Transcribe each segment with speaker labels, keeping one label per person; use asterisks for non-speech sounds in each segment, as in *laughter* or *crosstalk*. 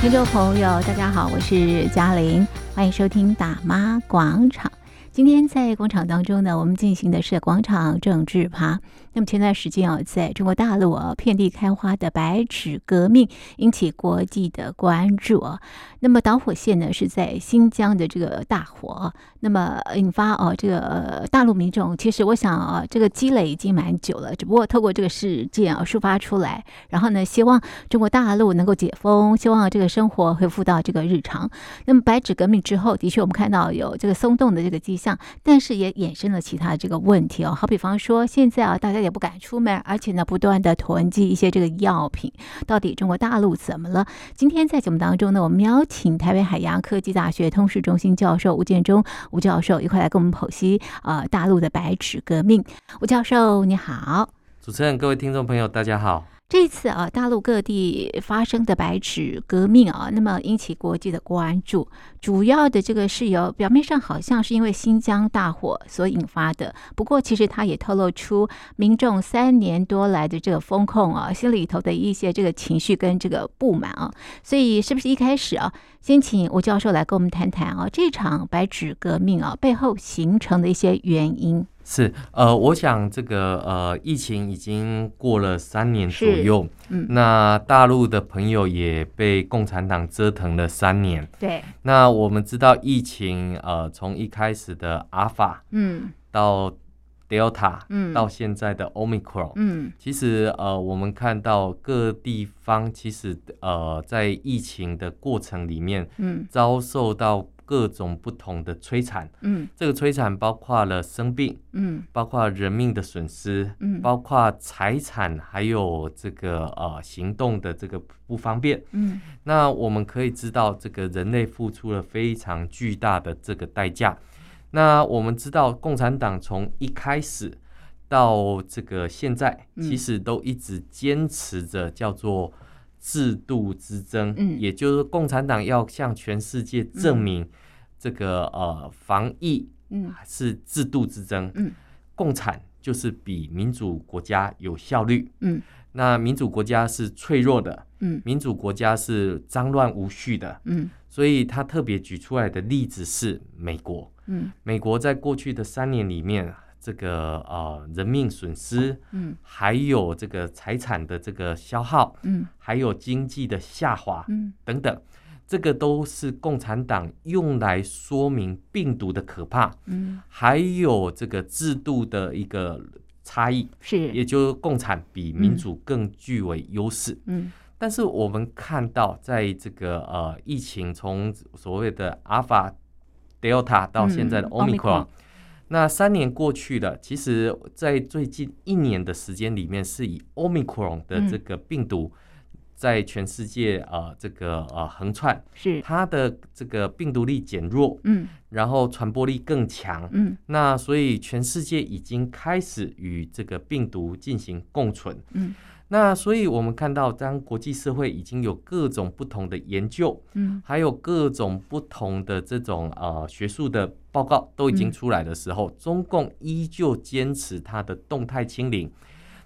Speaker 1: 听众朋友，大家好，我是嘉玲，欢迎收听《大妈广场》。今天在广场当中呢，我们进行的是广场政治趴。那么前段时间啊，在中国大陆啊遍地开花的白纸革命引起国际的关注啊。那么导火线呢是在新疆的这个大火啊，那么引发哦、这个、呃大陆民众，其实我想啊这个积累已经蛮久了，只不过透过这个事件啊抒发出来，然后呢希望中国大陆能够解封，希望这个生活恢复到这个日常。那么白纸革命之后，的确我们看到有这个松动的这个迹象，但是也衍生了其他的这个问题哦。好比方说，现在啊，大家也不敢出门，而且呢，不断的囤积一些这个药品。到底中国大陆怎么了？今天在节目当中呢，我们邀请台北海洋科技大学通识中心教授吴建中吴教授一块来跟我们剖析呃大陆的白纸革命。吴教授你好。
Speaker 2: 主持人，各位听众朋友，大家好。
Speaker 1: 这次啊，大陆各地发生的白纸革命啊，那么引起国际的关注。主要的这个是由表面上好像是因为新疆大火所引发的，不过其实它也透露出民众三年多来的这个风控啊，心里头的一些这个情绪跟这个不满啊。所以是不是一开始啊，先请吴教授来跟我们谈谈啊，这场白纸革命啊背后形成的一些原因？
Speaker 2: 是，呃，我想这个呃，疫情已经过了三年左右，
Speaker 1: 嗯
Speaker 2: 那大陆的朋友也被共产党折腾了三年。
Speaker 1: 对，
Speaker 2: 那我们知道，疫情呃，从一开始的阿尔法
Speaker 1: 嗯
Speaker 2: 到 Delta，、
Speaker 1: 嗯
Speaker 2: 到现在的 Omicron，、
Speaker 1: 嗯，
Speaker 2: 其实呃，我们看到各地方其实呃，在疫情的过程里面，
Speaker 1: 嗯
Speaker 2: 遭受到各种不同的摧残。
Speaker 1: 嗯
Speaker 2: 这个摧残包括了生病。
Speaker 1: 嗯
Speaker 2: 包括人命的损失，
Speaker 1: 嗯
Speaker 2: 包括财产，还有这个呃行动的这个不方便。
Speaker 1: 嗯
Speaker 2: 那我们可以知道，这个人类付出了非常巨大的这个代价。那我们知道，共产党从一开始到这个现在，
Speaker 1: 嗯
Speaker 2: 其实都一直坚持着叫做制度之争，
Speaker 1: 嗯
Speaker 2: 也就是共产党要向全世界证明这个、呃防疫
Speaker 1: 嗯
Speaker 2: 是制度之争。
Speaker 1: 嗯，
Speaker 2: 共产就是比民主国家有效率。
Speaker 1: 嗯，
Speaker 2: 那民主国家是脆弱的，
Speaker 1: 嗯
Speaker 2: 民主国家是脏乱无序的。
Speaker 1: 嗯
Speaker 2: 所以他特别举出来的例子是美国。
Speaker 1: 嗯
Speaker 2: 美国在过去的三年里面，这个呃人命损失，
Speaker 1: 嗯
Speaker 2: 还有这个财产的这个消耗，
Speaker 1: 嗯。
Speaker 2: 还有经济的下滑
Speaker 1: 嗯
Speaker 2: 等等，这个都是共产党用来说明病毒的可怕。
Speaker 1: 嗯，
Speaker 2: 还有这个制度的一个差异，
Speaker 1: 是，
Speaker 2: 也就是共产比民主更具为优势。
Speaker 1: 嗯
Speaker 2: 但是我们看到，在这个呃疫情从所谓的阿尔法、Delta 到现在的
Speaker 1: 嗯
Speaker 2: Omicron，、
Speaker 1: Omicron
Speaker 2: 那三年过去了，其实，在最近一年的时间里面，是以 Omicron 的这个病毒。在全世界呃这个呃横窜，
Speaker 1: 是，
Speaker 2: 它的这个病毒力减弱，
Speaker 1: 嗯
Speaker 2: 然后传播力更强，
Speaker 1: 嗯
Speaker 2: 那所以全世界已经开始与这个病毒进行共存。
Speaker 1: 嗯
Speaker 2: 那所以我们看到，当国际社会已经有各种不同的研究，
Speaker 1: 嗯
Speaker 2: 还有各种不同的这种呃学术的报告都已经出来的时候，中共依旧坚持它的动态清零。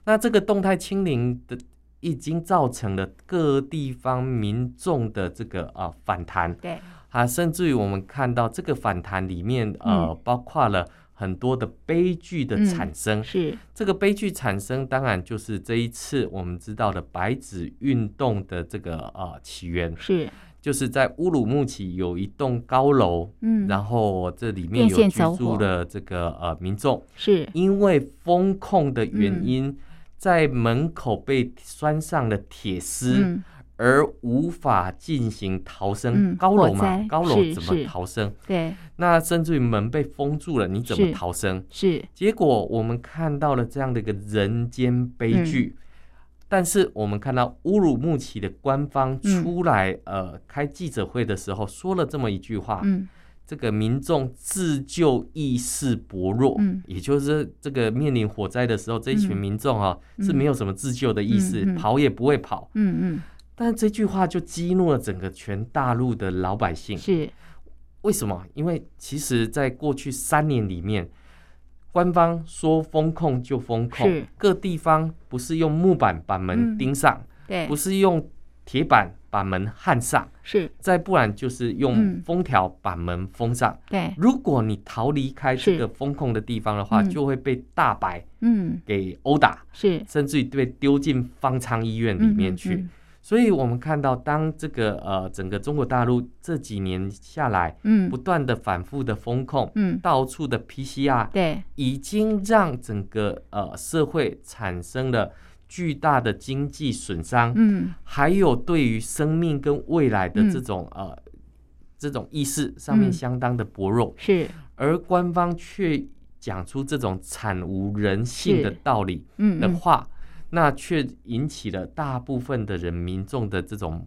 Speaker 2: 那这个动态清零的已经造成了各地方民众的这个呃反弹，
Speaker 1: 对，
Speaker 2: 啊，甚至于我们看到这个反弹里面，呃，
Speaker 1: 嗯
Speaker 2: 包括了很多的悲剧的产生。
Speaker 1: 是，
Speaker 2: 这个悲剧产生，当然就是这一次我们知道的白纸运动的这个呃起源，
Speaker 1: 是，
Speaker 2: 就是在乌鲁木齐有一栋高楼，
Speaker 1: 嗯，
Speaker 2: 然后这里
Speaker 1: 电
Speaker 2: 面有
Speaker 1: 线
Speaker 2: 居
Speaker 1: 走
Speaker 2: 住
Speaker 1: 火
Speaker 2: 的这个呃民众，
Speaker 1: 是，
Speaker 2: 因为风控的原
Speaker 1: 嗯
Speaker 2: 因，在门口被拴上了铁丝。
Speaker 1: 嗯，
Speaker 2: 而无法进行逃生。
Speaker 1: 嗯
Speaker 2: 高楼
Speaker 1: 火
Speaker 2: 嘛
Speaker 1: 灾，
Speaker 2: 高楼
Speaker 1: 是
Speaker 2: 怎么
Speaker 1: 是
Speaker 2: 逃生？
Speaker 1: 对，
Speaker 2: 那甚至于门被封住了，你怎么
Speaker 1: 是
Speaker 2: 逃生？
Speaker 1: 是，
Speaker 2: 结果我们看到了这样的一个人间悲剧。
Speaker 1: 嗯
Speaker 2: 但是我们看到乌鲁木齐的官方
Speaker 1: 嗯
Speaker 2: 出来、呃开记者会的时候说了这么一句话，
Speaker 1: 嗯
Speaker 2: 这个民众自救意识薄弱，
Speaker 1: 嗯
Speaker 2: 也就是这个面临火灾的时候，这一群
Speaker 1: 嗯
Speaker 2: 民众啊、是没有什么自救的意识，
Speaker 1: 嗯嗯
Speaker 2: 跑也不会跑，
Speaker 1: 嗯
Speaker 2: 但这句话就激怒了整个全大陆的老百姓
Speaker 1: 嗯，。是，
Speaker 2: 为什么？因为其实，在过去三年里面，官方说封控就封控
Speaker 1: 是，
Speaker 2: 各地方不是用木板把门
Speaker 1: 嗯
Speaker 2: 钉上，
Speaker 1: 对
Speaker 2: 不，是用铁板把门焊上，
Speaker 1: 是
Speaker 2: 再不然就是用
Speaker 1: 嗯
Speaker 2: 封条把门封上。
Speaker 1: 对，
Speaker 2: 如果你逃离开
Speaker 1: 是
Speaker 2: 这个封控的地方的话，
Speaker 1: 嗯
Speaker 2: 就会被大白
Speaker 1: 嗯，
Speaker 2: 给殴打，
Speaker 1: 是
Speaker 2: 甚至于被丢进方舱医院里面
Speaker 1: 嗯
Speaker 2: 去。，所以我们看到，当这个呃整个中国大陆这几年下来，
Speaker 1: 嗯
Speaker 2: 不
Speaker 1: 嗯
Speaker 2: 断的反复的封控，
Speaker 1: 嗯，嗯
Speaker 2: 到处的 PCR，
Speaker 1: 对，
Speaker 2: 已经让整个呃社会产生了巨大的经济损伤，
Speaker 1: 嗯
Speaker 2: 还有对于生命跟未来的这
Speaker 1: 嗯
Speaker 2: 种、呃这种意识上面
Speaker 1: 嗯
Speaker 2: 相当的薄弱，
Speaker 1: 是，
Speaker 2: 而官方却讲出这种惨无人性的
Speaker 1: 是
Speaker 2: 道理
Speaker 1: 嗯
Speaker 2: 的
Speaker 1: 嗯
Speaker 2: 话，那却引起了大部分的人民众的这种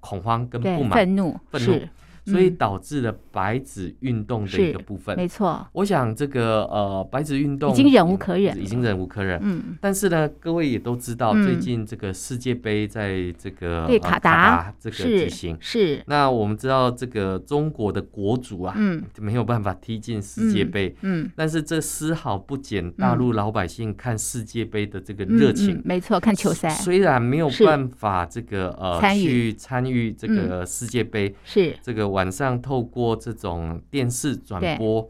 Speaker 2: 恐慌跟不
Speaker 1: 对，
Speaker 2: 满，
Speaker 1: 愤怒
Speaker 2: 愤怒
Speaker 1: 是
Speaker 2: 所以
Speaker 1: 嗯
Speaker 2: 导致了白纸运动的一
Speaker 1: 是
Speaker 2: 个部分。
Speaker 1: 没错，
Speaker 2: 我想这个呃白纸运动
Speaker 1: 已经忍无可忍
Speaker 2: 已经忍无可忍。
Speaker 1: 嗯
Speaker 2: 但是呢，各位也都知道，
Speaker 1: 嗯
Speaker 2: 最近这个世界杯在这个
Speaker 1: 对
Speaker 2: 呃
Speaker 1: 卡达
Speaker 2: 达这个举
Speaker 1: 是
Speaker 2: 行。
Speaker 1: 是，
Speaker 2: 那我们知道，这个中国的国足啊，
Speaker 1: 嗯
Speaker 2: 没有办法踢进世界
Speaker 1: 嗯
Speaker 2: 杯，
Speaker 1: 嗯。
Speaker 2: 但是这丝毫不减大陆老百姓看世界杯的这个热
Speaker 1: 嗯
Speaker 2: 情。
Speaker 1: 嗯没错，看球赛
Speaker 2: 虽然没有
Speaker 1: 是
Speaker 2: 办法这个呃
Speaker 1: 参与嗯
Speaker 2: 去参与这个世界杯，
Speaker 1: 是
Speaker 2: 这个晚上透过这种电视
Speaker 1: 对
Speaker 2: 转播，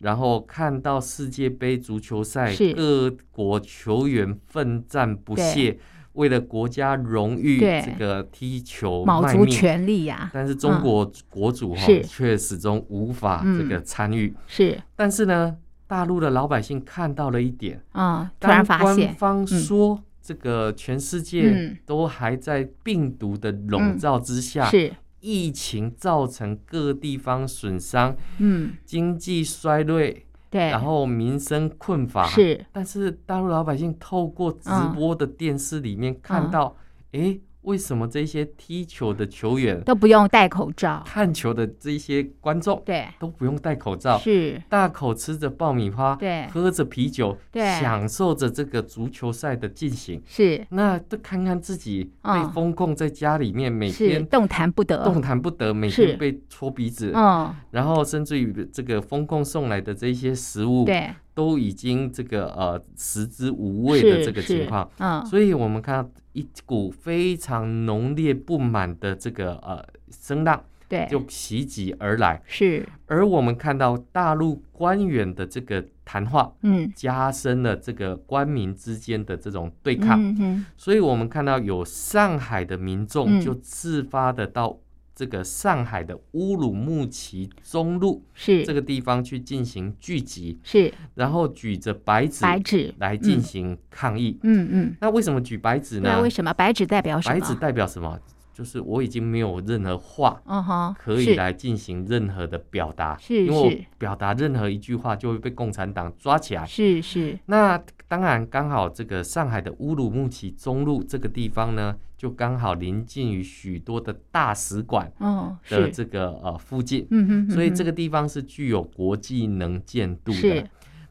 Speaker 2: 然后看到世界杯足球赛
Speaker 1: 是
Speaker 2: 各国球员奋战不懈，为了国家荣誉
Speaker 1: 对
Speaker 2: 这个踢球
Speaker 1: 卯
Speaker 2: 卖
Speaker 1: 足
Speaker 2: 命。
Speaker 1: 全力呀，
Speaker 2: 但是中国国足哈、
Speaker 1: 是
Speaker 2: 却始终无法
Speaker 1: 嗯
Speaker 2: 这个参与。
Speaker 1: 是
Speaker 2: 但是呢，大陆的老百姓看到了一点，
Speaker 1: 啊，突
Speaker 2: 当
Speaker 1: 然发
Speaker 2: 官
Speaker 1: 现，
Speaker 2: 方说这个全世
Speaker 1: 嗯嗯
Speaker 2: 界都还在病毒的笼罩之下，
Speaker 1: 是，
Speaker 2: 疫情造成各地方损伤、
Speaker 1: 嗯，
Speaker 2: 经济衰退，
Speaker 1: 对，
Speaker 2: 然后民生困乏。
Speaker 1: 哎是
Speaker 2: 但是大陆老百姓透过直播的电视里面看到，
Speaker 1: 嗯
Speaker 2: 诶，为什么这些踢球的球员、
Speaker 1: 都不用戴口罩，
Speaker 2: 看球的这些观众
Speaker 1: 对，
Speaker 2: 都不用戴口罩，
Speaker 1: 是，
Speaker 2: 大口吃着爆米花，
Speaker 1: 对
Speaker 2: 喝着啤酒，
Speaker 1: 对
Speaker 2: 享受着这个足球赛的进行。
Speaker 1: 是
Speaker 2: 那都看看自己被
Speaker 1: 嗯
Speaker 2: 封控在家里面，每
Speaker 1: 是，
Speaker 2: 天
Speaker 1: 动弹不得，
Speaker 2: 动弹不得，每
Speaker 1: 是
Speaker 2: 天被戳鼻子，
Speaker 1: 嗯，
Speaker 2: 然后甚至于这个风控送来的这些食物，
Speaker 1: 对，
Speaker 2: 都已经这个呃食之无味
Speaker 1: 是
Speaker 2: 的这个情况，，
Speaker 1: 是嗯，
Speaker 2: 所以我们看到一股非常浓烈不满的这个呃声浪
Speaker 1: 对，
Speaker 2: 就袭击而来，
Speaker 1: 是，
Speaker 2: 而我们看到大陆官员的这个谈话。
Speaker 1: 嗯，
Speaker 2: 加深了这个官民之间的这种对抗，
Speaker 1: 嗯嗯，
Speaker 2: 所以我们看到有上海的民
Speaker 1: 嗯
Speaker 2: 众就自发的到这个上海的乌鲁木齐中路这
Speaker 1: 是
Speaker 2: 个地方去进行聚集，
Speaker 1: 是，
Speaker 2: 然后举着白纸
Speaker 1: 白纸，
Speaker 2: 来进行抗议。
Speaker 1: 嗯嗯，
Speaker 2: 那为什么举白纸呢
Speaker 1: 那？为什么白纸代表什
Speaker 2: 白纸
Speaker 1: 么？
Speaker 2: 代表什么？就是我已经没有任何话
Speaker 1: 嗯哼，
Speaker 2: 可以
Speaker 1: 是，
Speaker 2: 来进行任何的表达，
Speaker 1: 是
Speaker 2: 因为我
Speaker 1: 是
Speaker 2: 表达任何一句话就会被共产党抓起来。
Speaker 1: 是是，
Speaker 2: 那当然，刚好这个上海的乌鲁木齐中路这个地方呢，就刚好临近于许多的大使馆
Speaker 1: 哦，
Speaker 2: 的
Speaker 1: 是，
Speaker 2: 这个呃附近，
Speaker 1: 嗯哼，
Speaker 2: 所以
Speaker 1: 嗯哼
Speaker 2: 这个地方是具有国际能见度的
Speaker 1: 是。，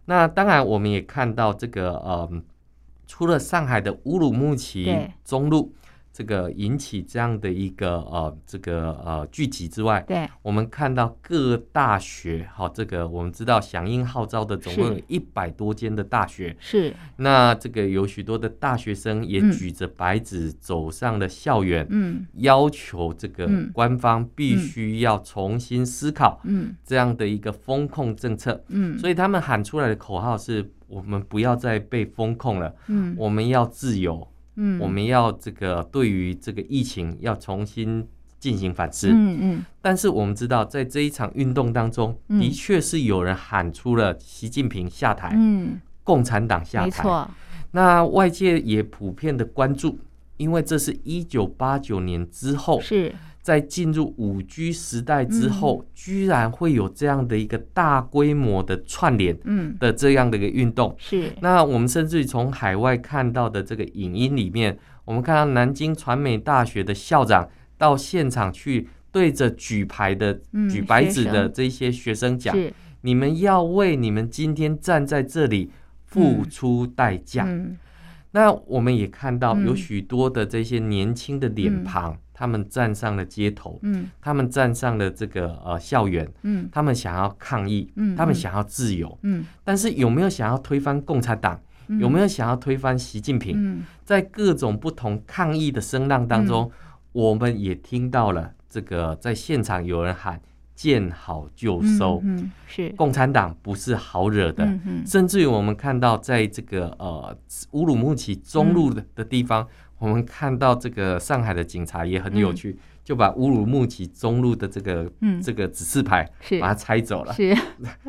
Speaker 2: 那当然，我们也看到这个呃，除了上海的乌鲁木齐
Speaker 1: 对
Speaker 2: 中路这个引起这样的一个呃这个呃聚集之外，
Speaker 1: 对，
Speaker 2: 我们看到各大学，好，这个我们知道响应号召的总共有
Speaker 1: 是
Speaker 2: 一百多间的大学，
Speaker 1: 是，
Speaker 2: 那这个有许多的大学生也
Speaker 1: 嗯
Speaker 2: 举着白纸走上了校园，
Speaker 1: 嗯
Speaker 2: 要求这个
Speaker 1: 嗯
Speaker 2: 官方必须要重新思考
Speaker 1: 嗯
Speaker 2: 这样的一个风控政策。
Speaker 1: 嗯，
Speaker 2: 所以他们喊出来的口号是：我们不要再被风控了，
Speaker 1: 嗯
Speaker 2: 我们要自由，
Speaker 1: 嗯，
Speaker 2: 我们要这个对于这个疫情要重新进行反思。
Speaker 1: 嗯嗯
Speaker 2: 但是我们知道，在这一场运动当中，
Speaker 1: 嗯
Speaker 2: 的确是有人喊出了习近平下台、
Speaker 1: 嗯，
Speaker 2: 共产党下
Speaker 1: 没
Speaker 2: 台。
Speaker 1: 错，
Speaker 2: 那外界也普遍的关注，因为这是一九八九年之后，
Speaker 1: 是，嗯
Speaker 2: 在进入五 G 时代之后，居然会有这样的一个大规模的串联
Speaker 1: 嗯
Speaker 2: 的这样的一个运动。
Speaker 1: 是，
Speaker 2: 那我们甚至于从海外看到的这个影音里面，我们看到南京传媒大学的校长到现场去对着举牌的、
Speaker 1: 嗯
Speaker 2: 举白纸
Speaker 1: 学
Speaker 2: 的
Speaker 1: 生
Speaker 2: 这些学生讲：“
Speaker 1: 是，
Speaker 2: 你们要为你们今天站在这里付出代价。
Speaker 1: 嗯
Speaker 2: 那我们也看到
Speaker 1: 嗯
Speaker 2: 有许多的这些年轻的脸庞，他们站上了街头，
Speaker 1: 嗯
Speaker 2: 他们站上了这个呃校园，
Speaker 1: 嗯
Speaker 2: 他们想要抗议，
Speaker 1: 嗯
Speaker 2: 他
Speaker 1: 嗯
Speaker 2: 们想要自由。
Speaker 1: 嗯，
Speaker 2: 但是有没有想要推翻共产党？
Speaker 1: 嗯
Speaker 2: 有没有想要推翻习近平？
Speaker 1: 嗯
Speaker 2: 在各种不同抗议的声浪当中，我们也听到了这个在现场有人喊“见好就收”，
Speaker 1: 嗯嗯是，
Speaker 2: 共产党不是好惹的。
Speaker 1: 嗯嗯
Speaker 2: 甚至于我们看到，在这个呃乌鲁木齐中路
Speaker 1: 嗯
Speaker 2: 的的地方，我们看到这个上海的警察也很有趣，就把乌鲁木齐中路的这个、
Speaker 1: 嗯
Speaker 2: 这个指示牌
Speaker 1: 是
Speaker 2: 把它拆
Speaker 1: *laughs*
Speaker 2: 走了，
Speaker 1: 是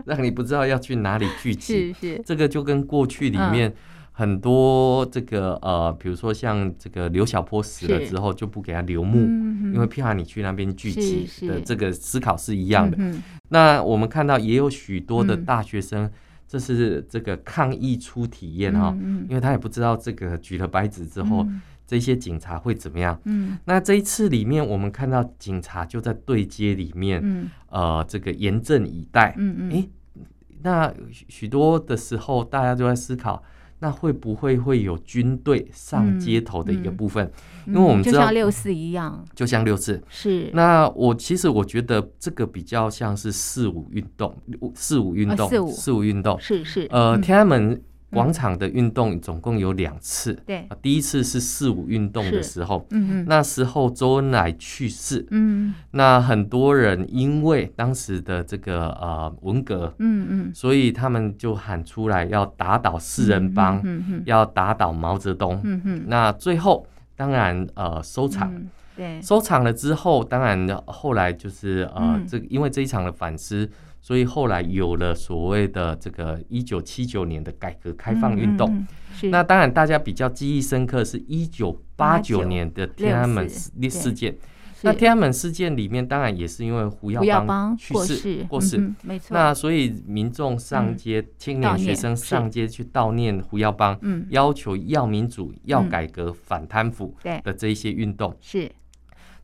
Speaker 2: 让你不知道要去哪里聚
Speaker 1: 是
Speaker 2: 集。
Speaker 1: 嗯是，
Speaker 2: 这个就跟过去里面很多这个、呃，比如说像这个刘晓波死了
Speaker 1: 是
Speaker 2: 之后就不给他留墓，
Speaker 1: 嗯
Speaker 2: 因为怕你去那边聚
Speaker 1: 是
Speaker 2: 集
Speaker 1: 是
Speaker 2: 的这个思考是一
Speaker 1: 这
Speaker 2: 样的。
Speaker 1: 嗯
Speaker 2: 那我们看到也有许多的
Speaker 1: 嗯
Speaker 2: 大学生，这是这个抗议初体
Speaker 1: 嗯
Speaker 2: 验哈、
Speaker 1: 嗯
Speaker 2: 因为他也不知道这个举了白纸之后，
Speaker 1: 嗯
Speaker 2: 这些警察会怎么样。
Speaker 1: 嗯
Speaker 2: 那这一次里面，我们看到警察就在对街里面，
Speaker 1: 嗯
Speaker 2: 呃，这个严阵以待。
Speaker 1: 嗯嗯
Speaker 2: 诶那许许多的时候，大家就在思考，那会不会会有军队上街头的一个
Speaker 1: 嗯嗯
Speaker 2: 部分？
Speaker 1: 嗯，
Speaker 2: 因为我们
Speaker 1: 就
Speaker 2: 知道
Speaker 1: 像六四一样，
Speaker 2: 就像六四，
Speaker 1: 是
Speaker 2: 那我其实我觉得这个比较像是四五运动，四五运动，
Speaker 1: 啊四五
Speaker 2: 运动。
Speaker 1: 是是，
Speaker 2: 呃，
Speaker 1: 嗯
Speaker 2: 天安门广场的运动总共有两次，
Speaker 1: 对，
Speaker 2: 啊第一次是四五运动的
Speaker 1: 嗯是
Speaker 2: 时候，
Speaker 1: 嗯嗯
Speaker 2: 那时候周恩来去世，
Speaker 1: 嗯
Speaker 2: 那很多人因为当时的这个呃文革，
Speaker 1: 嗯嗯，
Speaker 2: 所以他们就喊出来要打倒四人帮，
Speaker 1: 嗯嗯
Speaker 2: 要打倒毛泽东。
Speaker 1: 嗯嗯，
Speaker 2: 那最后当然呃收场。
Speaker 1: 嗯对，
Speaker 2: 收场了之后，当然呃后来就是呃，
Speaker 1: 嗯
Speaker 2: 这个因为这一场的反思，所以后来有了所谓的这个一九七九年的改革开放运动。
Speaker 1: 嗯嗯嗯是
Speaker 2: 那当然，大家比较记忆深刻是一九八九
Speaker 1: 89
Speaker 2: 年的天安门
Speaker 1: 六四
Speaker 2: 事
Speaker 1: 对
Speaker 2: 事件。
Speaker 1: 是
Speaker 2: 那天安门事件里面，当然也是因为胡
Speaker 1: 不要
Speaker 2: 耀
Speaker 1: 帮
Speaker 2: 去
Speaker 1: 过
Speaker 2: 世
Speaker 1: 世
Speaker 2: 过世。
Speaker 1: 嗯哼没错，嗯
Speaker 2: 那所以民众上街，青
Speaker 1: 悼
Speaker 2: 年
Speaker 1: 念
Speaker 2: 学生
Speaker 1: 是
Speaker 2: 上街去悼念胡耀邦，
Speaker 1: 嗯
Speaker 2: 要求要民主、要
Speaker 1: 嗯
Speaker 2: 改革、反贪腐
Speaker 1: 对
Speaker 2: 的这一些运动。
Speaker 1: 是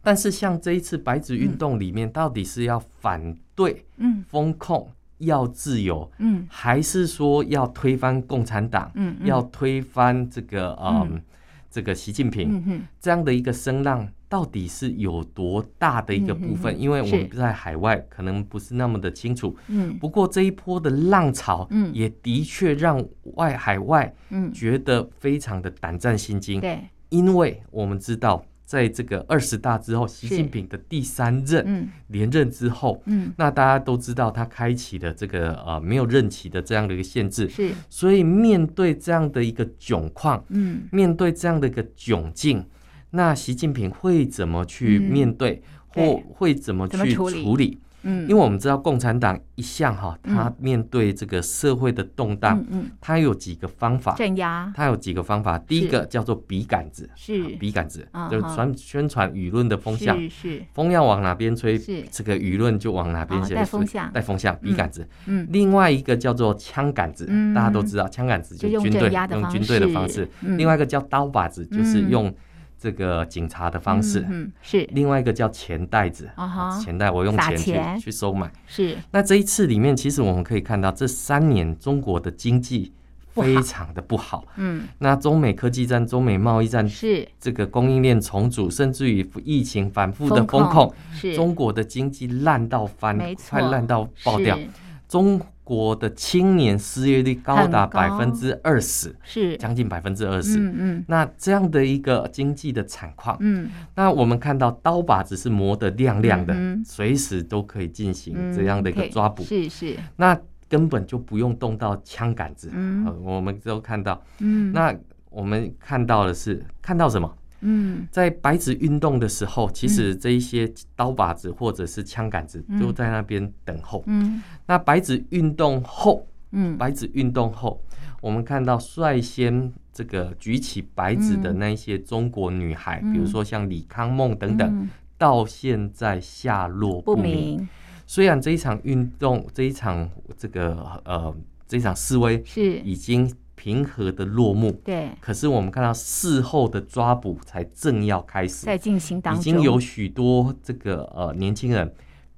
Speaker 2: 但是像这一次白纸运动里面，到底是要反对
Speaker 1: 嗯
Speaker 2: 风控、要自由，
Speaker 1: 嗯
Speaker 2: 还是说要推翻共产党，
Speaker 1: 嗯嗯
Speaker 2: 要推翻这个嗯
Speaker 1: 嗯
Speaker 2: 这个习近平、
Speaker 1: 嗯嗯
Speaker 2: 这样的一个声浪，到底是有多大的一个部
Speaker 1: 嗯
Speaker 2: 分？
Speaker 1: 嗯嗯
Speaker 2: 因为我们
Speaker 1: 是
Speaker 2: 在海外可能不是那么的清楚。
Speaker 1: 嗯
Speaker 2: 不过这一波的浪潮，
Speaker 1: 嗯
Speaker 2: 也的确让外海外
Speaker 1: 嗯
Speaker 2: 觉得非常的胆战心惊。
Speaker 1: 对
Speaker 2: 因为我们知道，在这个二十大之后，习近平的第三任
Speaker 1: 嗯
Speaker 2: 连任之后，
Speaker 1: 嗯
Speaker 2: 那大家都知道他开启了这个呃没有任期的这样的一个限制，
Speaker 1: 是
Speaker 2: 所以面对这样的一个窘况，
Speaker 1: 嗯
Speaker 2: 面对这样的一个窘境，那习近平会怎么去
Speaker 1: 嗯
Speaker 2: 面对，或
Speaker 1: 对
Speaker 2: 会怎么
Speaker 1: 怎么
Speaker 2: 去
Speaker 1: 处理
Speaker 2: 处理？
Speaker 1: 嗯，
Speaker 2: 因为我们知道共产党一向哈，
Speaker 1: 嗯
Speaker 2: 他面对这个社会的动荡，
Speaker 1: 嗯嗯
Speaker 2: 他有几个方法，
Speaker 1: 镇压
Speaker 2: 他有几个方法。第一个叫做笔杆子，
Speaker 1: 是
Speaker 2: 笔杆子
Speaker 1: 啊
Speaker 2: 就
Speaker 1: 哈
Speaker 2: 传宣传舆论的风向，
Speaker 1: 是是
Speaker 2: 风要往哪边吹
Speaker 1: 是，
Speaker 2: 这个舆论就往哪边
Speaker 1: 哦
Speaker 2: 吹，
Speaker 1: 带风向
Speaker 2: 带风向，笔杆子。
Speaker 1: 嗯
Speaker 2: 另外一个叫做枪杆子
Speaker 1: 嗯，
Speaker 2: 大家都知道，枪杆子
Speaker 1: 就
Speaker 2: 就
Speaker 1: 用
Speaker 2: 军队
Speaker 1: 镇压的
Speaker 2: 用
Speaker 1: 方式，
Speaker 2: 军队的方式，
Speaker 1: 嗯，
Speaker 2: 另外一个叫刀把子，就是
Speaker 1: 嗯
Speaker 2: 用这个警察的方式。
Speaker 1: 嗯嗯是
Speaker 2: 另外一个叫钱袋子
Speaker 1: 啊哈，
Speaker 2: 钱袋我用
Speaker 1: 撒
Speaker 2: 钱去
Speaker 1: 钱
Speaker 2: 去收买。
Speaker 1: 是
Speaker 2: 那这一次里面，其实我们可以看到，这三年中国的经济
Speaker 1: 不好
Speaker 2: 非常的不好。
Speaker 1: 嗯
Speaker 2: 那中美科技战、中美贸易战，
Speaker 1: 是
Speaker 2: 这个供应链重组，甚至于疫情反复的
Speaker 1: 风
Speaker 2: 风控，
Speaker 1: 是
Speaker 2: 中国的经济烂到翻
Speaker 1: 没，错
Speaker 2: 快烂到爆掉。
Speaker 1: 是
Speaker 2: 中国的青年失业率高达
Speaker 1: 很高
Speaker 2: 百分之二十，
Speaker 1: 是
Speaker 2: 将近百分之二十。
Speaker 1: 嗯嗯
Speaker 2: 那这样的一个经济的惨况，
Speaker 1: 嗯
Speaker 2: 那我们看到刀把子是磨得亮亮的
Speaker 1: 嗯哼，
Speaker 2: 随、时都可以进行
Speaker 1: 嗯
Speaker 2: 这样的一个
Speaker 1: 可以
Speaker 2: 抓捕，
Speaker 1: 是是
Speaker 2: 那根本就不用动到枪杆子。
Speaker 1: 嗯
Speaker 2: 呃我们都看到，
Speaker 1: 嗯
Speaker 2: 那我们看到的是看到什么？
Speaker 1: 嗯
Speaker 2: 在白纸运动的时候，其实这一些刀把子或者是枪杆子
Speaker 1: 嗯
Speaker 2: 都在那边等候。
Speaker 1: 嗯
Speaker 2: 那白纸运动后，
Speaker 1: 嗯
Speaker 2: 白纸运动后，我们看到率先这个举起白纸的
Speaker 1: 嗯
Speaker 2: 那一些中国女孩，
Speaker 1: 嗯
Speaker 2: 比如说像李康梦等等，
Speaker 1: 嗯
Speaker 2: 到现在下落
Speaker 1: 不
Speaker 2: 不明。
Speaker 1: 明
Speaker 2: 虽然这一场运动，这一场这个呃这一场示威
Speaker 1: 是
Speaker 2: 已经平和的落幕，
Speaker 1: 对
Speaker 2: 可是我们看到事后的抓捕才正要开始，
Speaker 1: 在进行当
Speaker 2: 已
Speaker 1: 中
Speaker 2: 经有许多这个呃年轻人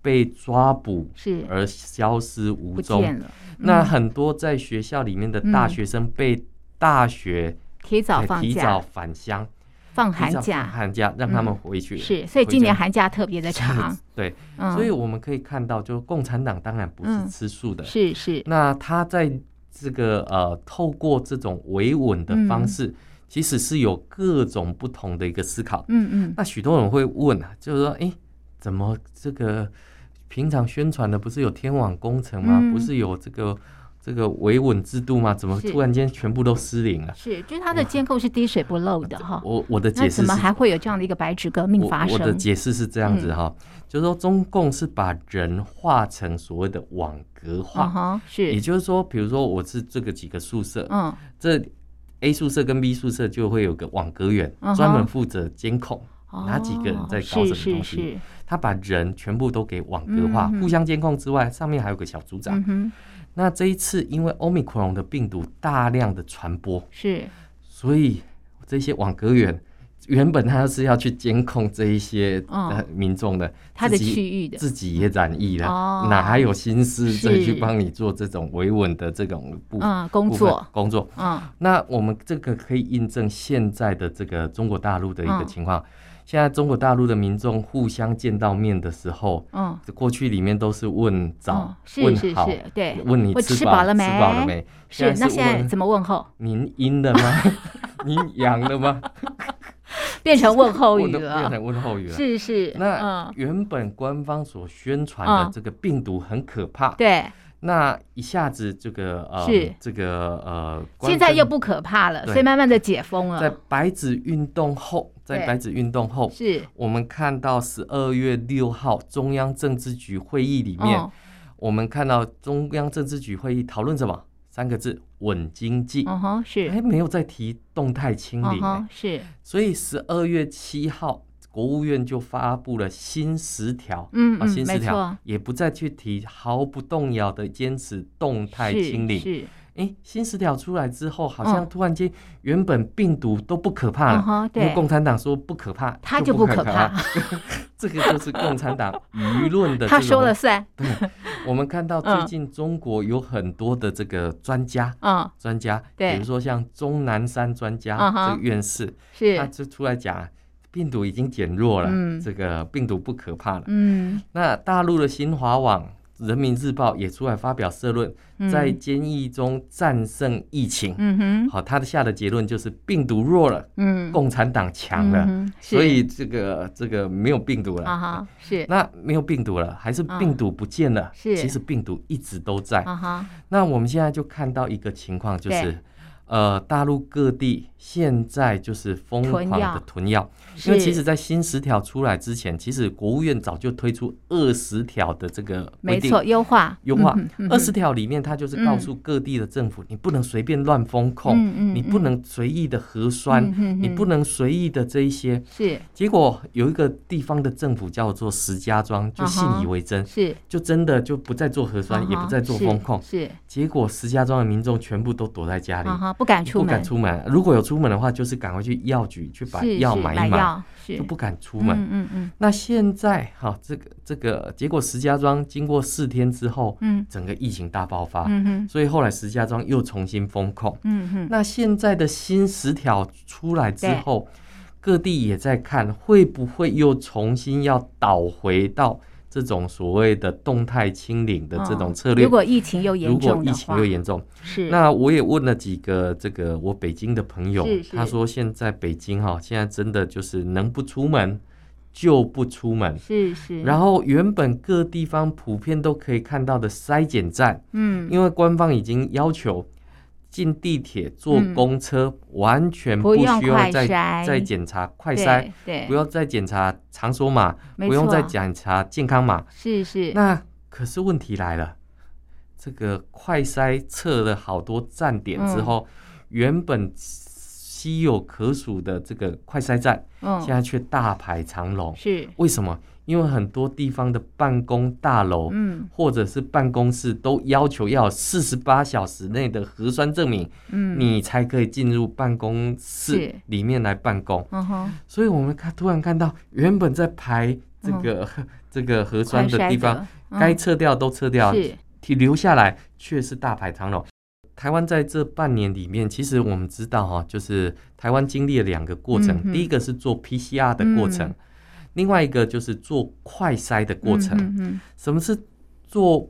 Speaker 2: 被抓捕
Speaker 1: 是
Speaker 2: 而消失无
Speaker 1: 不
Speaker 2: 踪。
Speaker 1: 见了，
Speaker 2: 那
Speaker 1: 嗯
Speaker 2: 很多在学校里面的大学生被大学
Speaker 1: 提早
Speaker 2: 呃
Speaker 1: 放
Speaker 2: 提早
Speaker 1: 假
Speaker 2: 返乡，
Speaker 1: 放
Speaker 2: 提
Speaker 1: 寒
Speaker 2: 早放
Speaker 1: 假嗯
Speaker 2: 寒假让他们回去。
Speaker 1: 是，所以
Speaker 2: 回
Speaker 1: 今年
Speaker 2: 家
Speaker 1: 寒假特
Speaker 2: *laughs*
Speaker 1: 别的长，
Speaker 2: 对，
Speaker 1: 嗯，
Speaker 2: 所以我们可以看到，就共产党当然不
Speaker 1: 嗯
Speaker 2: 是吃素的，
Speaker 1: 是
Speaker 2: *laughs*
Speaker 1: 是嗯
Speaker 2: 那他在这个呃，透过这种维稳的方式，其实是有各种不同的一个思考。
Speaker 1: 嗯嗯，
Speaker 2: 那许多人会问啊，就是说，诶，怎么这个平常宣传的不是有天网工程吗？
Speaker 1: 嗯
Speaker 2: 不是有这个这个维稳制度吗？怎么
Speaker 1: 是
Speaker 2: 突然间全部都失灵了？
Speaker 1: 是，就是它的监控是滴水不漏的哈。
Speaker 2: 我我的
Speaker 1: 那
Speaker 2: 解释
Speaker 1: 怎
Speaker 2: 是
Speaker 1: 么还会有这样的一个白纸革命
Speaker 2: 我
Speaker 1: 发
Speaker 2: 我的
Speaker 1: 生？嗯
Speaker 2: 解释是这样子哈、就是说中共是把人化成所谓的网格
Speaker 1: 嗯
Speaker 2: 化，
Speaker 1: 哼，
Speaker 2: 也
Speaker 1: 是，
Speaker 2: 就是说，比如说我是这个几个宿舍，
Speaker 1: 嗯
Speaker 2: 这 A 宿舍跟 B 宿舍就会有个网格员
Speaker 1: 嗯哼
Speaker 2: 专门负责监控，哪几个人在搞
Speaker 1: 哦
Speaker 2: 什么
Speaker 1: 是是
Speaker 2: 东西，
Speaker 1: 是，
Speaker 2: 他把人全部都给网格化，
Speaker 1: 嗯嗯
Speaker 2: 互相监控之外，上面还有个小组长。
Speaker 1: 嗯哼，
Speaker 2: 那这一次因为 Omicron 的病毒大量的传播，
Speaker 1: 是
Speaker 2: 所以这些网格员原本他是要去监控这一些、
Speaker 1: 嗯
Speaker 2: 呃民众的，
Speaker 1: 它的
Speaker 2: 自己
Speaker 1: 区域的，
Speaker 2: 自己也染疫了，
Speaker 1: 哦
Speaker 2: 哪还有心思再
Speaker 1: 是
Speaker 2: 去帮你做这种维稳的这种部、
Speaker 1: 嗯，工
Speaker 2: 部分
Speaker 1: 作，
Speaker 2: 工作？
Speaker 1: 嗯
Speaker 2: 那我们这个可以印证现在的这个中国大陆的一个
Speaker 1: 嗯
Speaker 2: 情况。现在中国大陆的民众互相见到面的时候，
Speaker 1: 嗯，
Speaker 2: 过去里面都是问早
Speaker 1: 嗯、是
Speaker 2: 问
Speaker 1: 是
Speaker 2: 好、
Speaker 1: 是，对，
Speaker 2: 问你
Speaker 1: 我
Speaker 2: 吃
Speaker 1: 吃饱了没
Speaker 2: 吃饱了没？
Speaker 1: 是。那
Speaker 2: 是
Speaker 1: 现在
Speaker 2: 问
Speaker 1: 怎么问候？
Speaker 2: 您阴了吗？ *laughs* 您阳
Speaker 1: *laughs*
Speaker 2: 了吗？
Speaker 1: 变成问
Speaker 2: *laughs*
Speaker 1: 候语
Speaker 2: 问候变
Speaker 1: 了，
Speaker 2: 成问候语了。
Speaker 1: 是是，
Speaker 2: 那
Speaker 1: 嗯，
Speaker 2: 原本官方所宣传
Speaker 1: 嗯
Speaker 2: 的这个病毒很可怕，
Speaker 1: 对，
Speaker 2: 那一下子这个呃
Speaker 1: 是
Speaker 2: 这个呃，官
Speaker 1: 现在
Speaker 2: 方
Speaker 1: 又不可怕了，
Speaker 2: 对
Speaker 1: 所以慢慢的解封
Speaker 2: 在
Speaker 1: 了，
Speaker 2: 白纸运动后，在
Speaker 1: 对
Speaker 2: 白纸运动后，
Speaker 1: 嗯是，
Speaker 2: 我们看到十二月六号中央政治局会议里面，
Speaker 1: 嗯
Speaker 2: 我们看到中央政治局会议讨论什么？三个字：稳经济。
Speaker 1: 嗯哼，是，
Speaker 2: 还没有再提动态清
Speaker 1: 嗯
Speaker 2: 零、欸
Speaker 1: 哼，是，
Speaker 2: 所以十二月七号，国务院就发布了新十条，
Speaker 1: 嗯
Speaker 2: 啊，新
Speaker 1: 嗯，
Speaker 2: 十
Speaker 1: 没
Speaker 2: 条
Speaker 1: 错，
Speaker 2: 也不再去提毫不动摇的坚持动态
Speaker 1: 是
Speaker 2: 清零。
Speaker 1: 是，
Speaker 2: 诶，新十条出来之后，好
Speaker 1: 嗯
Speaker 2: 像突然间原本病毒都不可怕
Speaker 1: 嗯
Speaker 2: 了，
Speaker 1: 哼，
Speaker 2: 啊因为
Speaker 1: 对，
Speaker 2: 共产党说不可怕，
Speaker 1: 他
Speaker 2: 就
Speaker 1: 就不可
Speaker 2: 可
Speaker 1: 怕。
Speaker 2: *laughs* 这个就是共产党舆论的。
Speaker 1: 他说了，算，
Speaker 2: *laughs* 我们看到
Speaker 1: 嗯
Speaker 2: 最近中国有很多的这个专家。
Speaker 1: 嗯，
Speaker 2: 专家，比
Speaker 1: 对
Speaker 2: 如说像钟南山专家
Speaker 1: 嗯哼
Speaker 2: 这个院士，他
Speaker 1: 是，
Speaker 2: 就出来讲病毒已经减弱了，
Speaker 1: 嗯
Speaker 2: 这个病毒不可怕了。
Speaker 1: 嗯，
Speaker 2: 那大陆的新华网、人民日报也出来发表社论，
Speaker 1: 嗯
Speaker 2: 在，监疫中战胜疫情。
Speaker 1: 嗯哼，
Speaker 2: 好，他的下的结论就是病毒弱了，
Speaker 1: 嗯，
Speaker 2: 共产党强了，
Speaker 1: 嗯哼
Speaker 2: 所
Speaker 1: 是
Speaker 2: 以这个这个没有病毒了。
Speaker 1: 啊哈，是，
Speaker 2: 那没有病毒了，还是病毒不见了？
Speaker 1: 嗯是
Speaker 2: 其实病毒一直都在。
Speaker 1: 啊哈，
Speaker 2: 那我们现在就看到一个情况，就
Speaker 1: 对
Speaker 2: 是，呃，大陆各地现在就是疯
Speaker 1: 囤
Speaker 2: 狂
Speaker 1: 药
Speaker 2: 的囤药，
Speaker 1: 是
Speaker 2: 因为其实，在新十条出来之前，其实国务院早就推出二十条的这个规
Speaker 1: 没
Speaker 2: 定
Speaker 1: 错，优化，
Speaker 2: 优化
Speaker 1: 嗯哼。
Speaker 2: 二十，条里面，它就是告诉各地的政府，你不能随便乱封控，
Speaker 1: 嗯嗯
Speaker 2: 你不能随意的核酸，你不
Speaker 1: 能
Speaker 2: 能随意的这一些。
Speaker 1: 是
Speaker 2: 结果有一个地方的政府叫做石家庄，就信
Speaker 1: 啊哈
Speaker 2: 以为真，
Speaker 1: 是，
Speaker 2: 就真的就不再做核酸，
Speaker 1: 啊
Speaker 2: 也不
Speaker 1: 哈
Speaker 2: 再做
Speaker 1: 是
Speaker 2: 封控。
Speaker 1: 是，
Speaker 2: 结果石家庄的民众全部都躲在家里，
Speaker 1: 啊哈，不敢出
Speaker 2: 不
Speaker 1: 门
Speaker 2: 敢，出门。如果有出门的话，就是赶快去药局去把
Speaker 1: 是
Speaker 2: 药
Speaker 1: 是
Speaker 2: 买
Speaker 1: 买
Speaker 2: 一买，
Speaker 1: 药是
Speaker 2: 就不敢出门。
Speaker 1: 嗯嗯嗯
Speaker 2: 那现在哈、这个这个结果，石家庄经过四天之后，
Speaker 1: 嗯
Speaker 2: 整个疫情大爆发，
Speaker 1: 嗯哼
Speaker 2: 所以后来石家庄又重新封控。
Speaker 1: 嗯 *laughs* 哼，
Speaker 2: 那现在的新十条出来之后，各地也在看会不会又重新要倒回到这种所谓的动态清零的这种
Speaker 1: 嗯
Speaker 2: 策略。
Speaker 1: 如果疫情又严
Speaker 2: 如果
Speaker 1: 重
Speaker 2: 疫
Speaker 1: 的
Speaker 2: 情
Speaker 1: 话，
Speaker 2: 又严重，
Speaker 1: 是
Speaker 2: 那我也问了几个这个我北京的朋友
Speaker 1: 是，是
Speaker 2: 他说现在北京哈、现在真的就是能不出门就不出门。
Speaker 1: 是是，
Speaker 2: 然
Speaker 1: 后
Speaker 2: 后原本各地方普遍都可以看到的筛检站，
Speaker 1: 嗯
Speaker 2: 因为官方已经要求进地铁、坐
Speaker 1: 嗯
Speaker 2: 公车，完全不
Speaker 1: 用
Speaker 2: 需要
Speaker 1: 快
Speaker 2: 再
Speaker 1: 筛，
Speaker 2: 再检查快
Speaker 1: 对
Speaker 2: 筛，
Speaker 1: 对，
Speaker 2: 不要再检查场所码，
Speaker 1: 没
Speaker 2: 不用再
Speaker 1: 错
Speaker 2: 检查健康码。
Speaker 1: 是是
Speaker 2: 那可是问题来了，这个快筛测了好多站点之后，
Speaker 1: 嗯
Speaker 2: 原本稀有可数的这个快筛站，现
Speaker 1: 嗯
Speaker 2: 在却大排长龙。
Speaker 1: 是
Speaker 2: 为什么？因为很多地方的办公大楼。
Speaker 1: 嗯
Speaker 2: 或者是办公室都要求要四十八小时内的核酸证明，
Speaker 1: 嗯
Speaker 2: 你才可以进入办公
Speaker 1: 是
Speaker 2: 室里面来办公。
Speaker 1: 嗯哼
Speaker 2: 所以我们看突然看到，原本在排这个、
Speaker 1: 嗯
Speaker 2: *laughs* 这个核酸的
Speaker 1: 快筛
Speaker 2: 地方，
Speaker 1: 嗯
Speaker 2: 该撤掉都撤掉，
Speaker 1: 是
Speaker 2: 提留下来却是大排长龙。台湾在这半年里面，其实我们知道哈、就是台湾经历了两个过程，
Speaker 1: 嗯哼
Speaker 2: 第一个是做 PCR 的过程，
Speaker 1: 嗯
Speaker 2: 另外一个就是做快筛的过程。
Speaker 1: 嗯嗯嗯
Speaker 2: 什么是做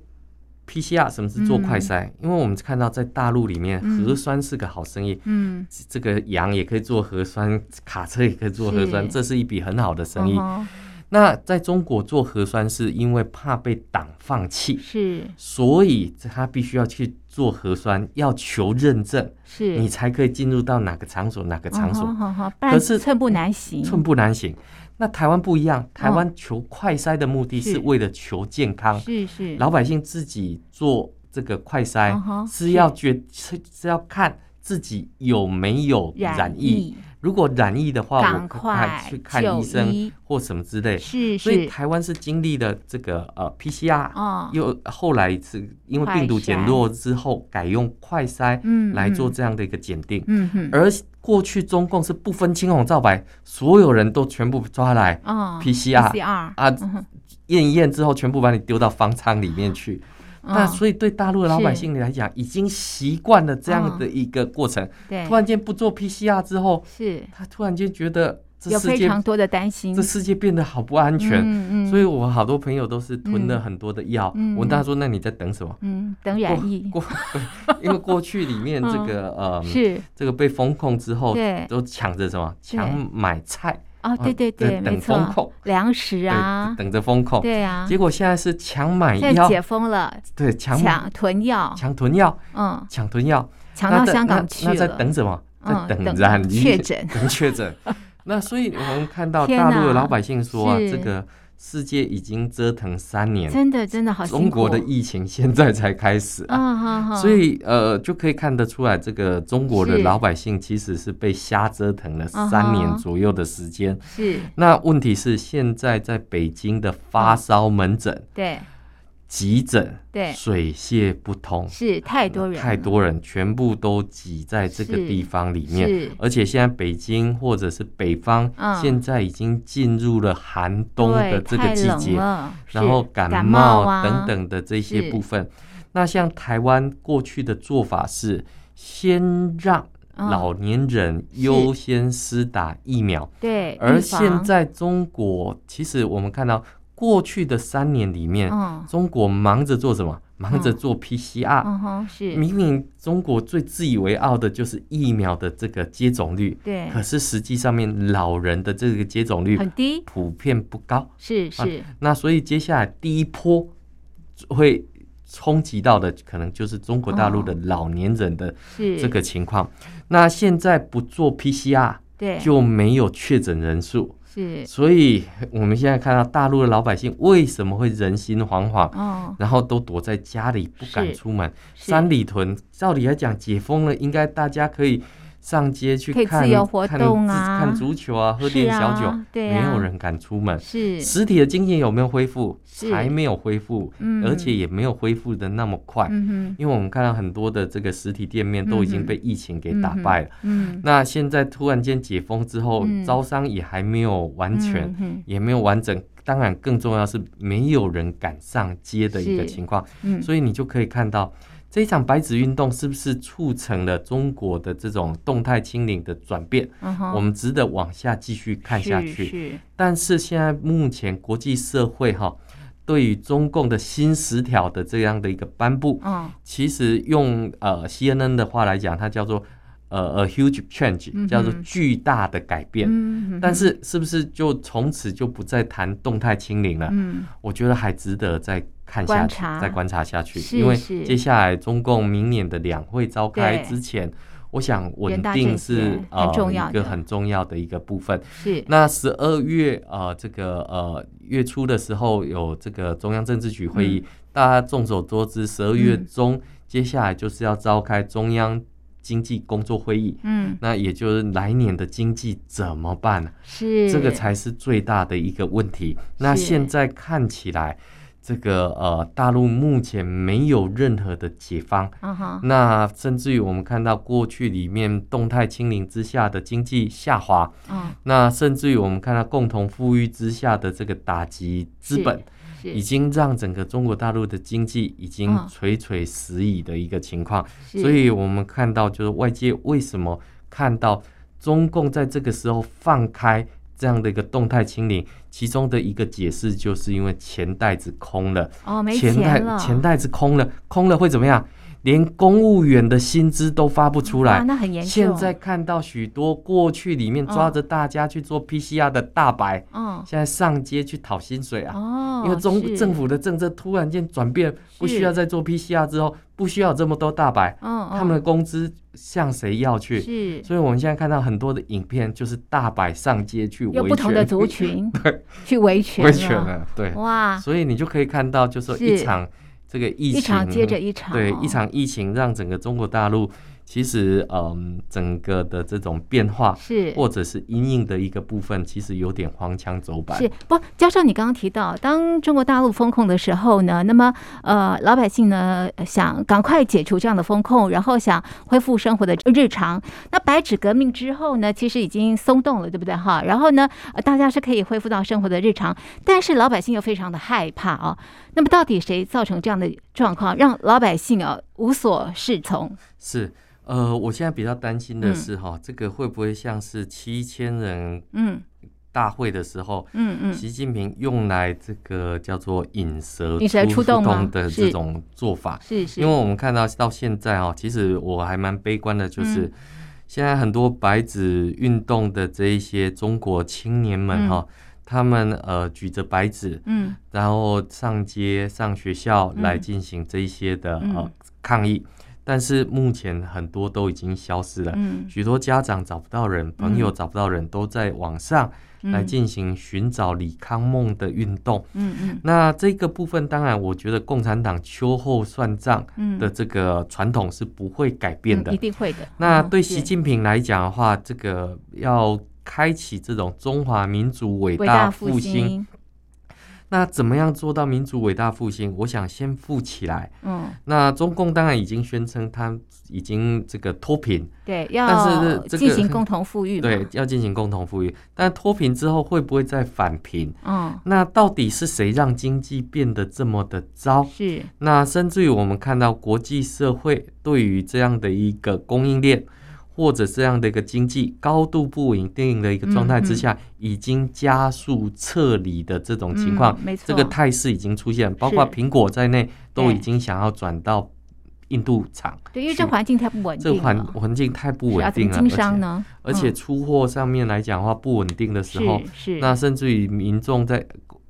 Speaker 2: PCR 什么是做快筛，因为我们看到在大陆里面
Speaker 1: 嗯
Speaker 2: 核酸是个好生意，
Speaker 1: 嗯，
Speaker 2: 这个羊也可以做核酸，卡车也可以做核酸，
Speaker 1: 是
Speaker 2: 这是一笔很好的生意。
Speaker 1: 哦吼
Speaker 2: 那在中国做核酸是因为怕被党放弃，
Speaker 1: 是
Speaker 2: 所以他必须要去做核酸，要求认证，
Speaker 1: 是，
Speaker 2: 你才可以进入到哪个场所哪个场所，
Speaker 1: 哦吼吼吼不然
Speaker 2: 可是
Speaker 1: 寸步难行，
Speaker 2: 寸步难行。那台湾不一样，台湾求快筛的目的
Speaker 1: 嗯是
Speaker 2: 是为了求健康，
Speaker 1: 是是，
Speaker 2: 老百姓自己做这个快筛
Speaker 1: 嗯哼
Speaker 2: 是要决是是要看自己有没有染
Speaker 1: 染
Speaker 2: 疫，
Speaker 1: 疫
Speaker 2: 如果染疫的话，
Speaker 1: 赶
Speaker 2: 我
Speaker 1: 快
Speaker 2: 快去看
Speaker 1: 就
Speaker 2: 医生
Speaker 1: 医
Speaker 2: 或什么之类。
Speaker 1: 是
Speaker 2: 所以
Speaker 1: 是
Speaker 2: 台湾是经历了这个呃 PCR，、
Speaker 1: 哦，
Speaker 2: 又后来是因为病毒减弱之后，改用快筛
Speaker 1: 嗯
Speaker 2: 来做
Speaker 1: 嗯
Speaker 2: 这样的一个检定。
Speaker 1: 嗯哼，
Speaker 2: 而过去中共是不分青红皂白，所有人都全部抓来
Speaker 1: 哦
Speaker 2: PCR
Speaker 1: PCR
Speaker 2: 啊
Speaker 1: 嗯哼
Speaker 2: 验一验之后，全部把你丢到方舱里面去。那
Speaker 1: 嗯
Speaker 2: 所以对大陆的老百
Speaker 1: 是
Speaker 2: 姓来讲，已经习惯了这样的一个过程。
Speaker 1: 嗯对
Speaker 2: 突然间不做 PCR 之后，
Speaker 1: 是
Speaker 2: 他突然间觉得这
Speaker 1: 有
Speaker 2: 世
Speaker 1: 非
Speaker 2: 界
Speaker 1: 常多的担心
Speaker 2: 这，世界变得好不安全。
Speaker 1: 嗯嗯，
Speaker 2: 所
Speaker 1: 以
Speaker 2: 以我好多朋友都是吞了
Speaker 1: 嗯
Speaker 2: 很多的药。
Speaker 1: 嗯
Speaker 2: 我问他说：“那你在等什么
Speaker 1: 嗯等？”染疫
Speaker 2: 过 *laughs* 过，因为过去里
Speaker 1: *laughs*
Speaker 2: 面这个呃，
Speaker 1: 是
Speaker 2: 这个被封控之后，
Speaker 1: 对
Speaker 2: 都抢着什么？
Speaker 1: 对
Speaker 2: 抢买菜，
Speaker 1: 哦，对对
Speaker 2: 在
Speaker 1: 对，没
Speaker 2: 啊等风
Speaker 1: 错
Speaker 2: 控，
Speaker 1: 粮食
Speaker 2: 对
Speaker 1: 啊，
Speaker 2: 等着封控。
Speaker 1: 对啊，
Speaker 2: 结果现在是抢买
Speaker 1: 现在
Speaker 2: 药，
Speaker 1: 解封了，
Speaker 2: 对，抢
Speaker 1: 抢囤药，
Speaker 2: 抢囤药，
Speaker 1: 嗯，
Speaker 2: 抢囤药，
Speaker 1: 抢到
Speaker 2: 那在
Speaker 1: 香港
Speaker 2: 那
Speaker 1: 去
Speaker 2: 那在
Speaker 1: 了，
Speaker 2: 等什么？
Speaker 1: 嗯
Speaker 2: 在等
Speaker 1: 等
Speaker 2: 染疫
Speaker 1: 确诊
Speaker 2: 等 *laughs* 确
Speaker 1: *laughs*
Speaker 2: 诊。那所以我们看到
Speaker 1: 天
Speaker 2: 大陆
Speaker 1: 哪
Speaker 2: 的老百姓说啊，
Speaker 1: 是
Speaker 2: 这个世界已经折腾三年，
Speaker 1: 真的真的好辛苦，
Speaker 2: 中国的疫情现在才开始啊。
Speaker 1: 嗯哼哼，
Speaker 2: 所以，呃，就可以看得出来，这个中国的
Speaker 1: 是
Speaker 2: 老百姓其实是被瞎折腾了三
Speaker 1: 嗯
Speaker 2: 年
Speaker 1: 哼
Speaker 2: 左右的时间。
Speaker 1: 是
Speaker 2: 那问题是，现在在北京的发烧门诊、
Speaker 1: 对
Speaker 2: 急诊
Speaker 1: 嗯对
Speaker 2: 水泄不通，
Speaker 1: 是太多人了
Speaker 2: 太多人全部都挤在这个
Speaker 1: 是
Speaker 2: 地方里面。
Speaker 1: 是
Speaker 2: 而且现在北京或者是北方
Speaker 1: 嗯，
Speaker 2: 现在已经进入了寒冬的这
Speaker 1: 对
Speaker 2: 个
Speaker 1: 太
Speaker 2: 季
Speaker 1: 冷
Speaker 2: 节，
Speaker 1: 了
Speaker 2: 然
Speaker 1: 是
Speaker 2: 后
Speaker 1: 感冒
Speaker 2: 冒
Speaker 1: 啊
Speaker 2: 等等的这些
Speaker 1: 是
Speaker 2: 部分。那像台湾过去的做法是，先让
Speaker 1: 嗯
Speaker 2: 老年人
Speaker 1: 是
Speaker 2: 优先施打疫苗，
Speaker 1: 对，
Speaker 2: 而
Speaker 1: 预
Speaker 2: 现
Speaker 1: 防
Speaker 2: 在中国其实我们看到过去的三年里面，
Speaker 1: 嗯
Speaker 2: 中国忙着做什么？忙着
Speaker 1: 嗯
Speaker 2: 做 PCR。
Speaker 1: 嗯哼是，
Speaker 2: 明明中国最自以为傲的就是疫苗的这个接种率，
Speaker 1: 对，
Speaker 2: 可是实际上面老人的这个接种率
Speaker 1: 哎很低，
Speaker 2: 普遍不高。
Speaker 1: 是
Speaker 2: 啊
Speaker 1: 是
Speaker 2: 那所以接下来第一波会冲击到的，可能就是中国大陆
Speaker 1: 哦
Speaker 2: 的老年人的
Speaker 1: 是
Speaker 2: 这个情况。那现在不做 PCR
Speaker 1: 对
Speaker 2: 就没有确诊人数，
Speaker 1: 是
Speaker 2: 所以我们现在看到大陆的老百姓为什么会人心惶惶，
Speaker 1: 哦
Speaker 2: 然后都躲在家里不敢
Speaker 1: 是
Speaker 2: 出门。
Speaker 1: 是
Speaker 2: 三里屯照理来讲解封了，应该大家可以。上街去
Speaker 1: 可以
Speaker 2: 看
Speaker 1: 自由活动啊
Speaker 2: 看自看足球啊，喝
Speaker 1: 是
Speaker 2: 点小酒，
Speaker 1: 啊对
Speaker 2: 没有
Speaker 1: 啊
Speaker 2: 人敢出门。
Speaker 1: 是
Speaker 2: 实体的经验有没有恢复？
Speaker 1: 是
Speaker 2: 还没有恢复，
Speaker 1: 嗯
Speaker 2: 而且也没有恢复的那么快，
Speaker 1: 嗯
Speaker 2: 因为我们看到很多的这个实体店面都已
Speaker 1: 嗯哼
Speaker 2: 经被疫情给
Speaker 1: 哼
Speaker 2: 打败了。，
Speaker 1: 嗯哼嗯
Speaker 2: 那现在突然间解封之后，
Speaker 1: 嗯
Speaker 2: 招商也还没有完全，
Speaker 1: 嗯哼
Speaker 2: 也没有完整。当然，更重要是没有人敢上街的一个
Speaker 1: 是
Speaker 2: 情况，
Speaker 1: 嗯
Speaker 2: 所以你就可以看到这一场白纸运动是不是促成了中国的这种动态清零的转变？
Speaker 1: 嗯哼
Speaker 2: 我们值得往下继续看下
Speaker 1: 是
Speaker 2: 去。
Speaker 1: 是
Speaker 2: 但是现在目前国际社会哈、对于中共的新十条的这样的一个颁布，
Speaker 1: 嗯
Speaker 2: 其实用呃 CNN 的话来讲，它叫做呃 a huge
Speaker 1: 嗯哼
Speaker 2: change，叫做巨大的改变。
Speaker 1: 嗯
Speaker 2: 但
Speaker 1: 是
Speaker 2: 是是不是就从此就不再谈动态清零了？
Speaker 1: 嗯
Speaker 2: 我觉得还值得再看
Speaker 1: 观
Speaker 2: 下去
Speaker 1: 察，
Speaker 2: 再观察下去，
Speaker 1: 是
Speaker 2: 因为
Speaker 1: 是
Speaker 2: 接下来中共明年的两会召开
Speaker 1: 对
Speaker 2: 之前，我想稳
Speaker 1: 人大政
Speaker 2: 定
Speaker 1: 协
Speaker 2: 是
Speaker 1: 很
Speaker 2: 呃
Speaker 1: 重要
Speaker 2: 一个
Speaker 1: 的
Speaker 2: 很重要的一个部分。
Speaker 1: 是
Speaker 2: 那十二月呃，这个呃月初的时候有这个中央政治局会议，
Speaker 1: 嗯
Speaker 2: 大家众所周知，十二月中、接下来就是要召开中央经济工作会议，
Speaker 1: 嗯
Speaker 2: 那也就是来年的经济怎么办啊呢？
Speaker 1: 是
Speaker 2: 这个才是最大的一个问题。那现在看起来，这个呃大陆目前没有任何的解方，
Speaker 1: 嗯哼
Speaker 2: 那甚至于我们看到过去里面动态清零之下的经济下滑。
Speaker 1: 嗯
Speaker 2: 那甚至于我们看到共同富裕之下的这个打击资本，
Speaker 1: 是
Speaker 2: 已经让整个中国大陆的经济已经
Speaker 1: 嗯
Speaker 2: 垂垂死矣的一个情况。
Speaker 1: 是
Speaker 2: 所以我们看到，就是外界为什么看到中共在这个时候放开这样的一个动态清零，其中的一个解释就是因为钱袋子空了，
Speaker 1: 哦，没
Speaker 2: 钱袋
Speaker 1: 了，
Speaker 2: 钱袋子空了，空了会怎么样？连公务员的薪资都发不出
Speaker 1: 哇，
Speaker 2: 来。
Speaker 1: 啊那很严重。
Speaker 2: 现在，看到许多过去里面抓着大家去做 PCR 的大白，
Speaker 1: 嗯，
Speaker 2: 现在上街去讨薪水啊，
Speaker 1: 哦，
Speaker 2: 因为中
Speaker 1: 是
Speaker 2: 政，府的政策突然间转变，不需要再做 PCR 之后，不需要有这么多大白，
Speaker 1: 嗯，
Speaker 2: 他们的工资向谁要
Speaker 1: 嗯
Speaker 2: 去？
Speaker 1: 是
Speaker 2: 所以我们现在看到很多的影片，就是大白上街去维
Speaker 1: 有
Speaker 2: 权，
Speaker 1: 不同的族
Speaker 2: *laughs*
Speaker 1: 群去维权，
Speaker 2: 维权，了，对，
Speaker 1: 哇，
Speaker 2: 所以你就可以看到，就是说
Speaker 1: 是
Speaker 2: 一场这个疫情，
Speaker 1: 一场接着一场，
Speaker 2: 对一，场疫情，让整个中国大陆其实嗯整个的这种变化，
Speaker 1: 是
Speaker 2: 或者是阴影的一个部分，其实有点荒腔走板，
Speaker 1: 是不？加上你刚刚提到，当中国大陆封控的时候呢，那么呃，老百姓呢呃想赶快解除这样的封控，然后想恢复生活的日常。那白纸革命之后呢，其实已经松动了，对不对哈？然后呢，呃大家是可以恢复到生活的日常，但是老百姓又非常的害怕啊。那么到底谁造成这样的状况，让老百姓啊无所适从？
Speaker 2: 是，呃，我现在比较担心的
Speaker 1: 嗯
Speaker 2: 是哈、这个会不会像是七千人
Speaker 1: 嗯
Speaker 2: 大会的时候，
Speaker 1: 嗯嗯，
Speaker 2: 习近平用来这个叫做引蛇
Speaker 1: 引蛇出洞吗
Speaker 2: 洞的这
Speaker 1: 是
Speaker 2: 种做法？
Speaker 1: 是是，
Speaker 2: 因为我们看到到现在哈、其实我还蛮悲观的，
Speaker 1: 嗯
Speaker 2: 就是。现在很多白纸运动的这一些中国青年们哈、他们呃举着白纸，
Speaker 1: 嗯
Speaker 2: 然后上街、上学校来进行这一些的、
Speaker 1: 嗯
Speaker 2: 呃抗议，但是目前很多都已经消失了，
Speaker 1: 嗯
Speaker 2: 许多家长找不到人，朋友找不到人，都在网上
Speaker 1: 嗯
Speaker 2: 来进行寻找李康梦的运动。
Speaker 1: 嗯嗯
Speaker 2: 那这个部分，当然我觉得共产党秋后算账
Speaker 1: 嗯
Speaker 2: 的这个传统是不会改变的。
Speaker 1: 嗯一定会的。
Speaker 2: 那
Speaker 1: 嗯
Speaker 2: 对
Speaker 1: 是
Speaker 2: 习近平来讲的话，这个要开启这种中华民族伟
Speaker 1: 伟大
Speaker 2: 大
Speaker 1: 复
Speaker 2: 复兴。
Speaker 1: 兴，
Speaker 2: 那怎么样做到民主伟大复兴？我想先富起来。
Speaker 1: 嗯，
Speaker 2: 那中共当然已经宣称他已经这个脱贫，
Speaker 1: 对，
Speaker 2: 但
Speaker 1: 要
Speaker 2: 是这
Speaker 1: 进
Speaker 2: 个
Speaker 1: 行共同富裕嘛，
Speaker 2: 对，要进行共同富裕。但脱贫之后会不会再返贫？
Speaker 1: 嗯，
Speaker 2: 那到底是谁让经济变得这么的糟？
Speaker 1: 是，
Speaker 2: 那甚至于我们看到国际社会对于这样的一个供应链或者这样的一个经济高度不稳定的一个状态之
Speaker 1: 嗯
Speaker 2: 下，已经加速撤离的这种情况，
Speaker 1: 嗯没错
Speaker 2: 这个态势已经出现，包括苹果在内都已经想要转到印度厂，
Speaker 1: 对，因为这环境太不稳
Speaker 2: 这
Speaker 1: 定
Speaker 2: 个环
Speaker 1: 了，
Speaker 2: 环境太不
Speaker 1: 是啊
Speaker 2: 稳
Speaker 1: 怎么
Speaker 2: 定了，
Speaker 1: 经商
Speaker 2: 而且
Speaker 1: 呢？嗯
Speaker 2: 而且出货上面来讲的话不稳定的时候，
Speaker 1: 是是，
Speaker 2: 那甚至于民众在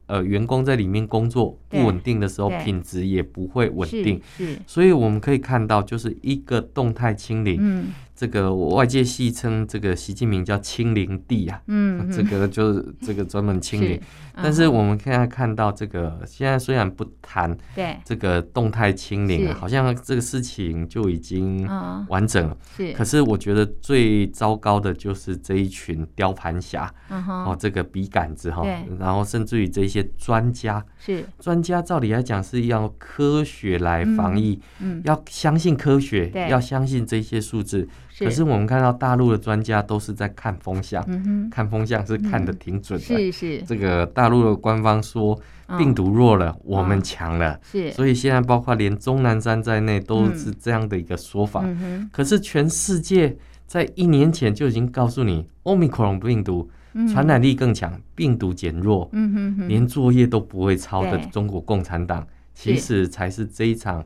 Speaker 2: 呃员工在里面工作
Speaker 1: 对
Speaker 2: 不稳定的时候
Speaker 1: 对，
Speaker 2: 品质也不会稳定。
Speaker 1: 是，是
Speaker 2: 所以我们可以看到，就是一个动态清零，
Speaker 1: 嗯
Speaker 2: 这个外界戏称这个习近平叫“清零帝”啊，
Speaker 1: 嗯，
Speaker 2: 这个就是这个专门清零。
Speaker 1: 是嗯
Speaker 2: 但是我们现在看到，这个现在虽然不谈
Speaker 1: 嗯对，
Speaker 2: 这个动态清零啊，
Speaker 1: 是
Speaker 2: 好像这个事情就已经
Speaker 1: 嗯
Speaker 2: 完整了。
Speaker 1: 是
Speaker 2: 可，是我觉得最糟糕的就是这一群雕盘侠，
Speaker 1: 嗯
Speaker 2: 哦
Speaker 1: 哼，，
Speaker 2: 这个笔杆子哈
Speaker 1: 对，
Speaker 2: 然后甚至于这些专家，
Speaker 1: 是，
Speaker 2: 专家照理来讲是要科学来防疫，
Speaker 1: 嗯
Speaker 2: 要相信科学
Speaker 1: 对，
Speaker 2: 要相信这些数字。
Speaker 1: 是，
Speaker 2: 可是我们看到大陆的专家都是在看风向，
Speaker 1: 嗯
Speaker 2: 看风向是看得挺准
Speaker 1: 哼，
Speaker 2: 的。
Speaker 1: 是是，
Speaker 2: 这个大陆的官方说
Speaker 1: 嗯
Speaker 2: 病毒弱了，我们强了，
Speaker 1: 是，
Speaker 2: 所以现在包括连钟南山在内都是这样的一个说法。
Speaker 1: 嗯哼
Speaker 2: 可是全世界在一年前就已经告诉你，奥密克戎病毒
Speaker 1: 嗯
Speaker 2: 传染力更强，病毒减弱，
Speaker 1: 嗯哼哼，
Speaker 2: 连作业都不会抄的
Speaker 1: 对
Speaker 2: 中国共产党，
Speaker 1: 是
Speaker 2: 其实才是这一场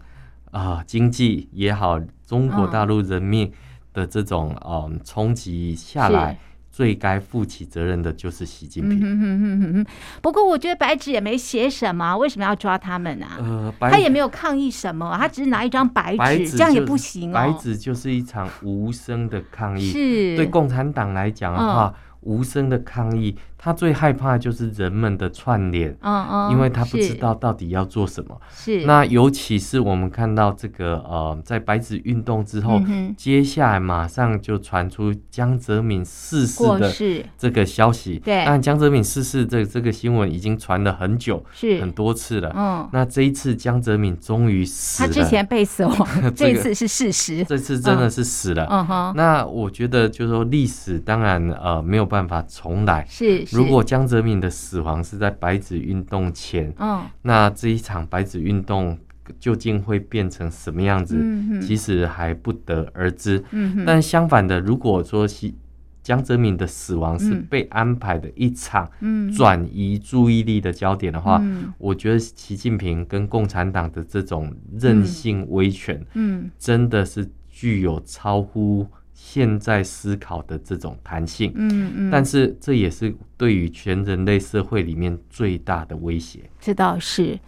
Speaker 2: 啊、经济也好，中国
Speaker 1: 嗯
Speaker 2: 大陆人民的这种嗯冲击下来，最该负起责任的就是习近
Speaker 1: 嗯
Speaker 2: 平。
Speaker 1: 哼哼哼哼哼，不过我觉得白纸也没写什么，为什么要抓他们啊？
Speaker 2: 呃，白
Speaker 1: 他也没有抗议什么，他只是拿一张白
Speaker 2: 白
Speaker 1: 纸，
Speaker 2: 纸
Speaker 1: 这样也
Speaker 2: 就
Speaker 1: 不行哦。
Speaker 2: 白纸就是一场无声的抗议，
Speaker 1: 是嗯
Speaker 2: 对共产党来讲的话，无声的抗议，他最害怕的就是人们的串联，
Speaker 1: 嗯嗯，
Speaker 2: 因为他不
Speaker 1: 是
Speaker 2: 知道到底要做什么。
Speaker 1: 是
Speaker 2: 那尤其是我们看到这个呃，在白纸运动之后，
Speaker 1: 嗯哼
Speaker 2: 接下来马上就传出江泽民逝世
Speaker 1: 过
Speaker 2: 的
Speaker 1: 世
Speaker 2: 这个消息。
Speaker 1: 对
Speaker 2: 但江泽民逝世这这个新闻已经传了很久、
Speaker 1: 是
Speaker 2: 很多次了。
Speaker 1: 嗯，
Speaker 2: 那这一次江泽民终于死
Speaker 1: 他
Speaker 2: 了，
Speaker 1: 之前被死
Speaker 2: *laughs*
Speaker 1: 亡，这
Speaker 2: 这
Speaker 1: 一
Speaker 2: 个
Speaker 1: 次是事实。
Speaker 2: 这次真的是死了。
Speaker 1: 嗯哼，
Speaker 2: 那我觉得就是说，历史当然呃没有办法重来。
Speaker 1: 是是
Speaker 2: 如果江泽民的死亡是在白纸运动前，
Speaker 1: 嗯
Speaker 2: 那这一场白纸运动究竟会变成什么样子，
Speaker 1: 嗯哼
Speaker 2: 其实还不得而知。
Speaker 1: 嗯哼
Speaker 2: 但相反的，如果说习江泽民的死亡是
Speaker 1: 嗯
Speaker 2: 被安排的一场
Speaker 1: 嗯，
Speaker 2: 转移注意力的焦点的话，
Speaker 1: 嗯
Speaker 2: 我觉得习近平跟共产党的这种任性威权，
Speaker 1: 嗯
Speaker 2: 真的是具有超乎现在思考的这种弹性。
Speaker 1: 嗯嗯，
Speaker 2: 但是这也是对于全人类社会里面最大的威胁。
Speaker 1: 这倒是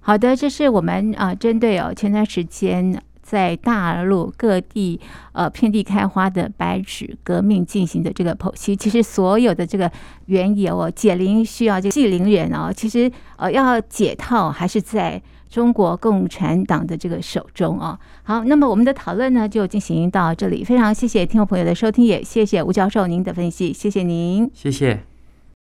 Speaker 1: 好的，这是我们啊、呃针对哦前段时间在大陆各地呃遍地开花的白纸革命进行的这个剖析。其实所有的这个缘由哦，解铃需要这个系铃人哦，其实呃要解套还是在。中国共产党的这个手中哦，好，那么我们的讨论呢就进行到这里，非常谢谢听众朋友的收听，也谢谢吴教授您的分析，谢谢您。
Speaker 2: 谢谢。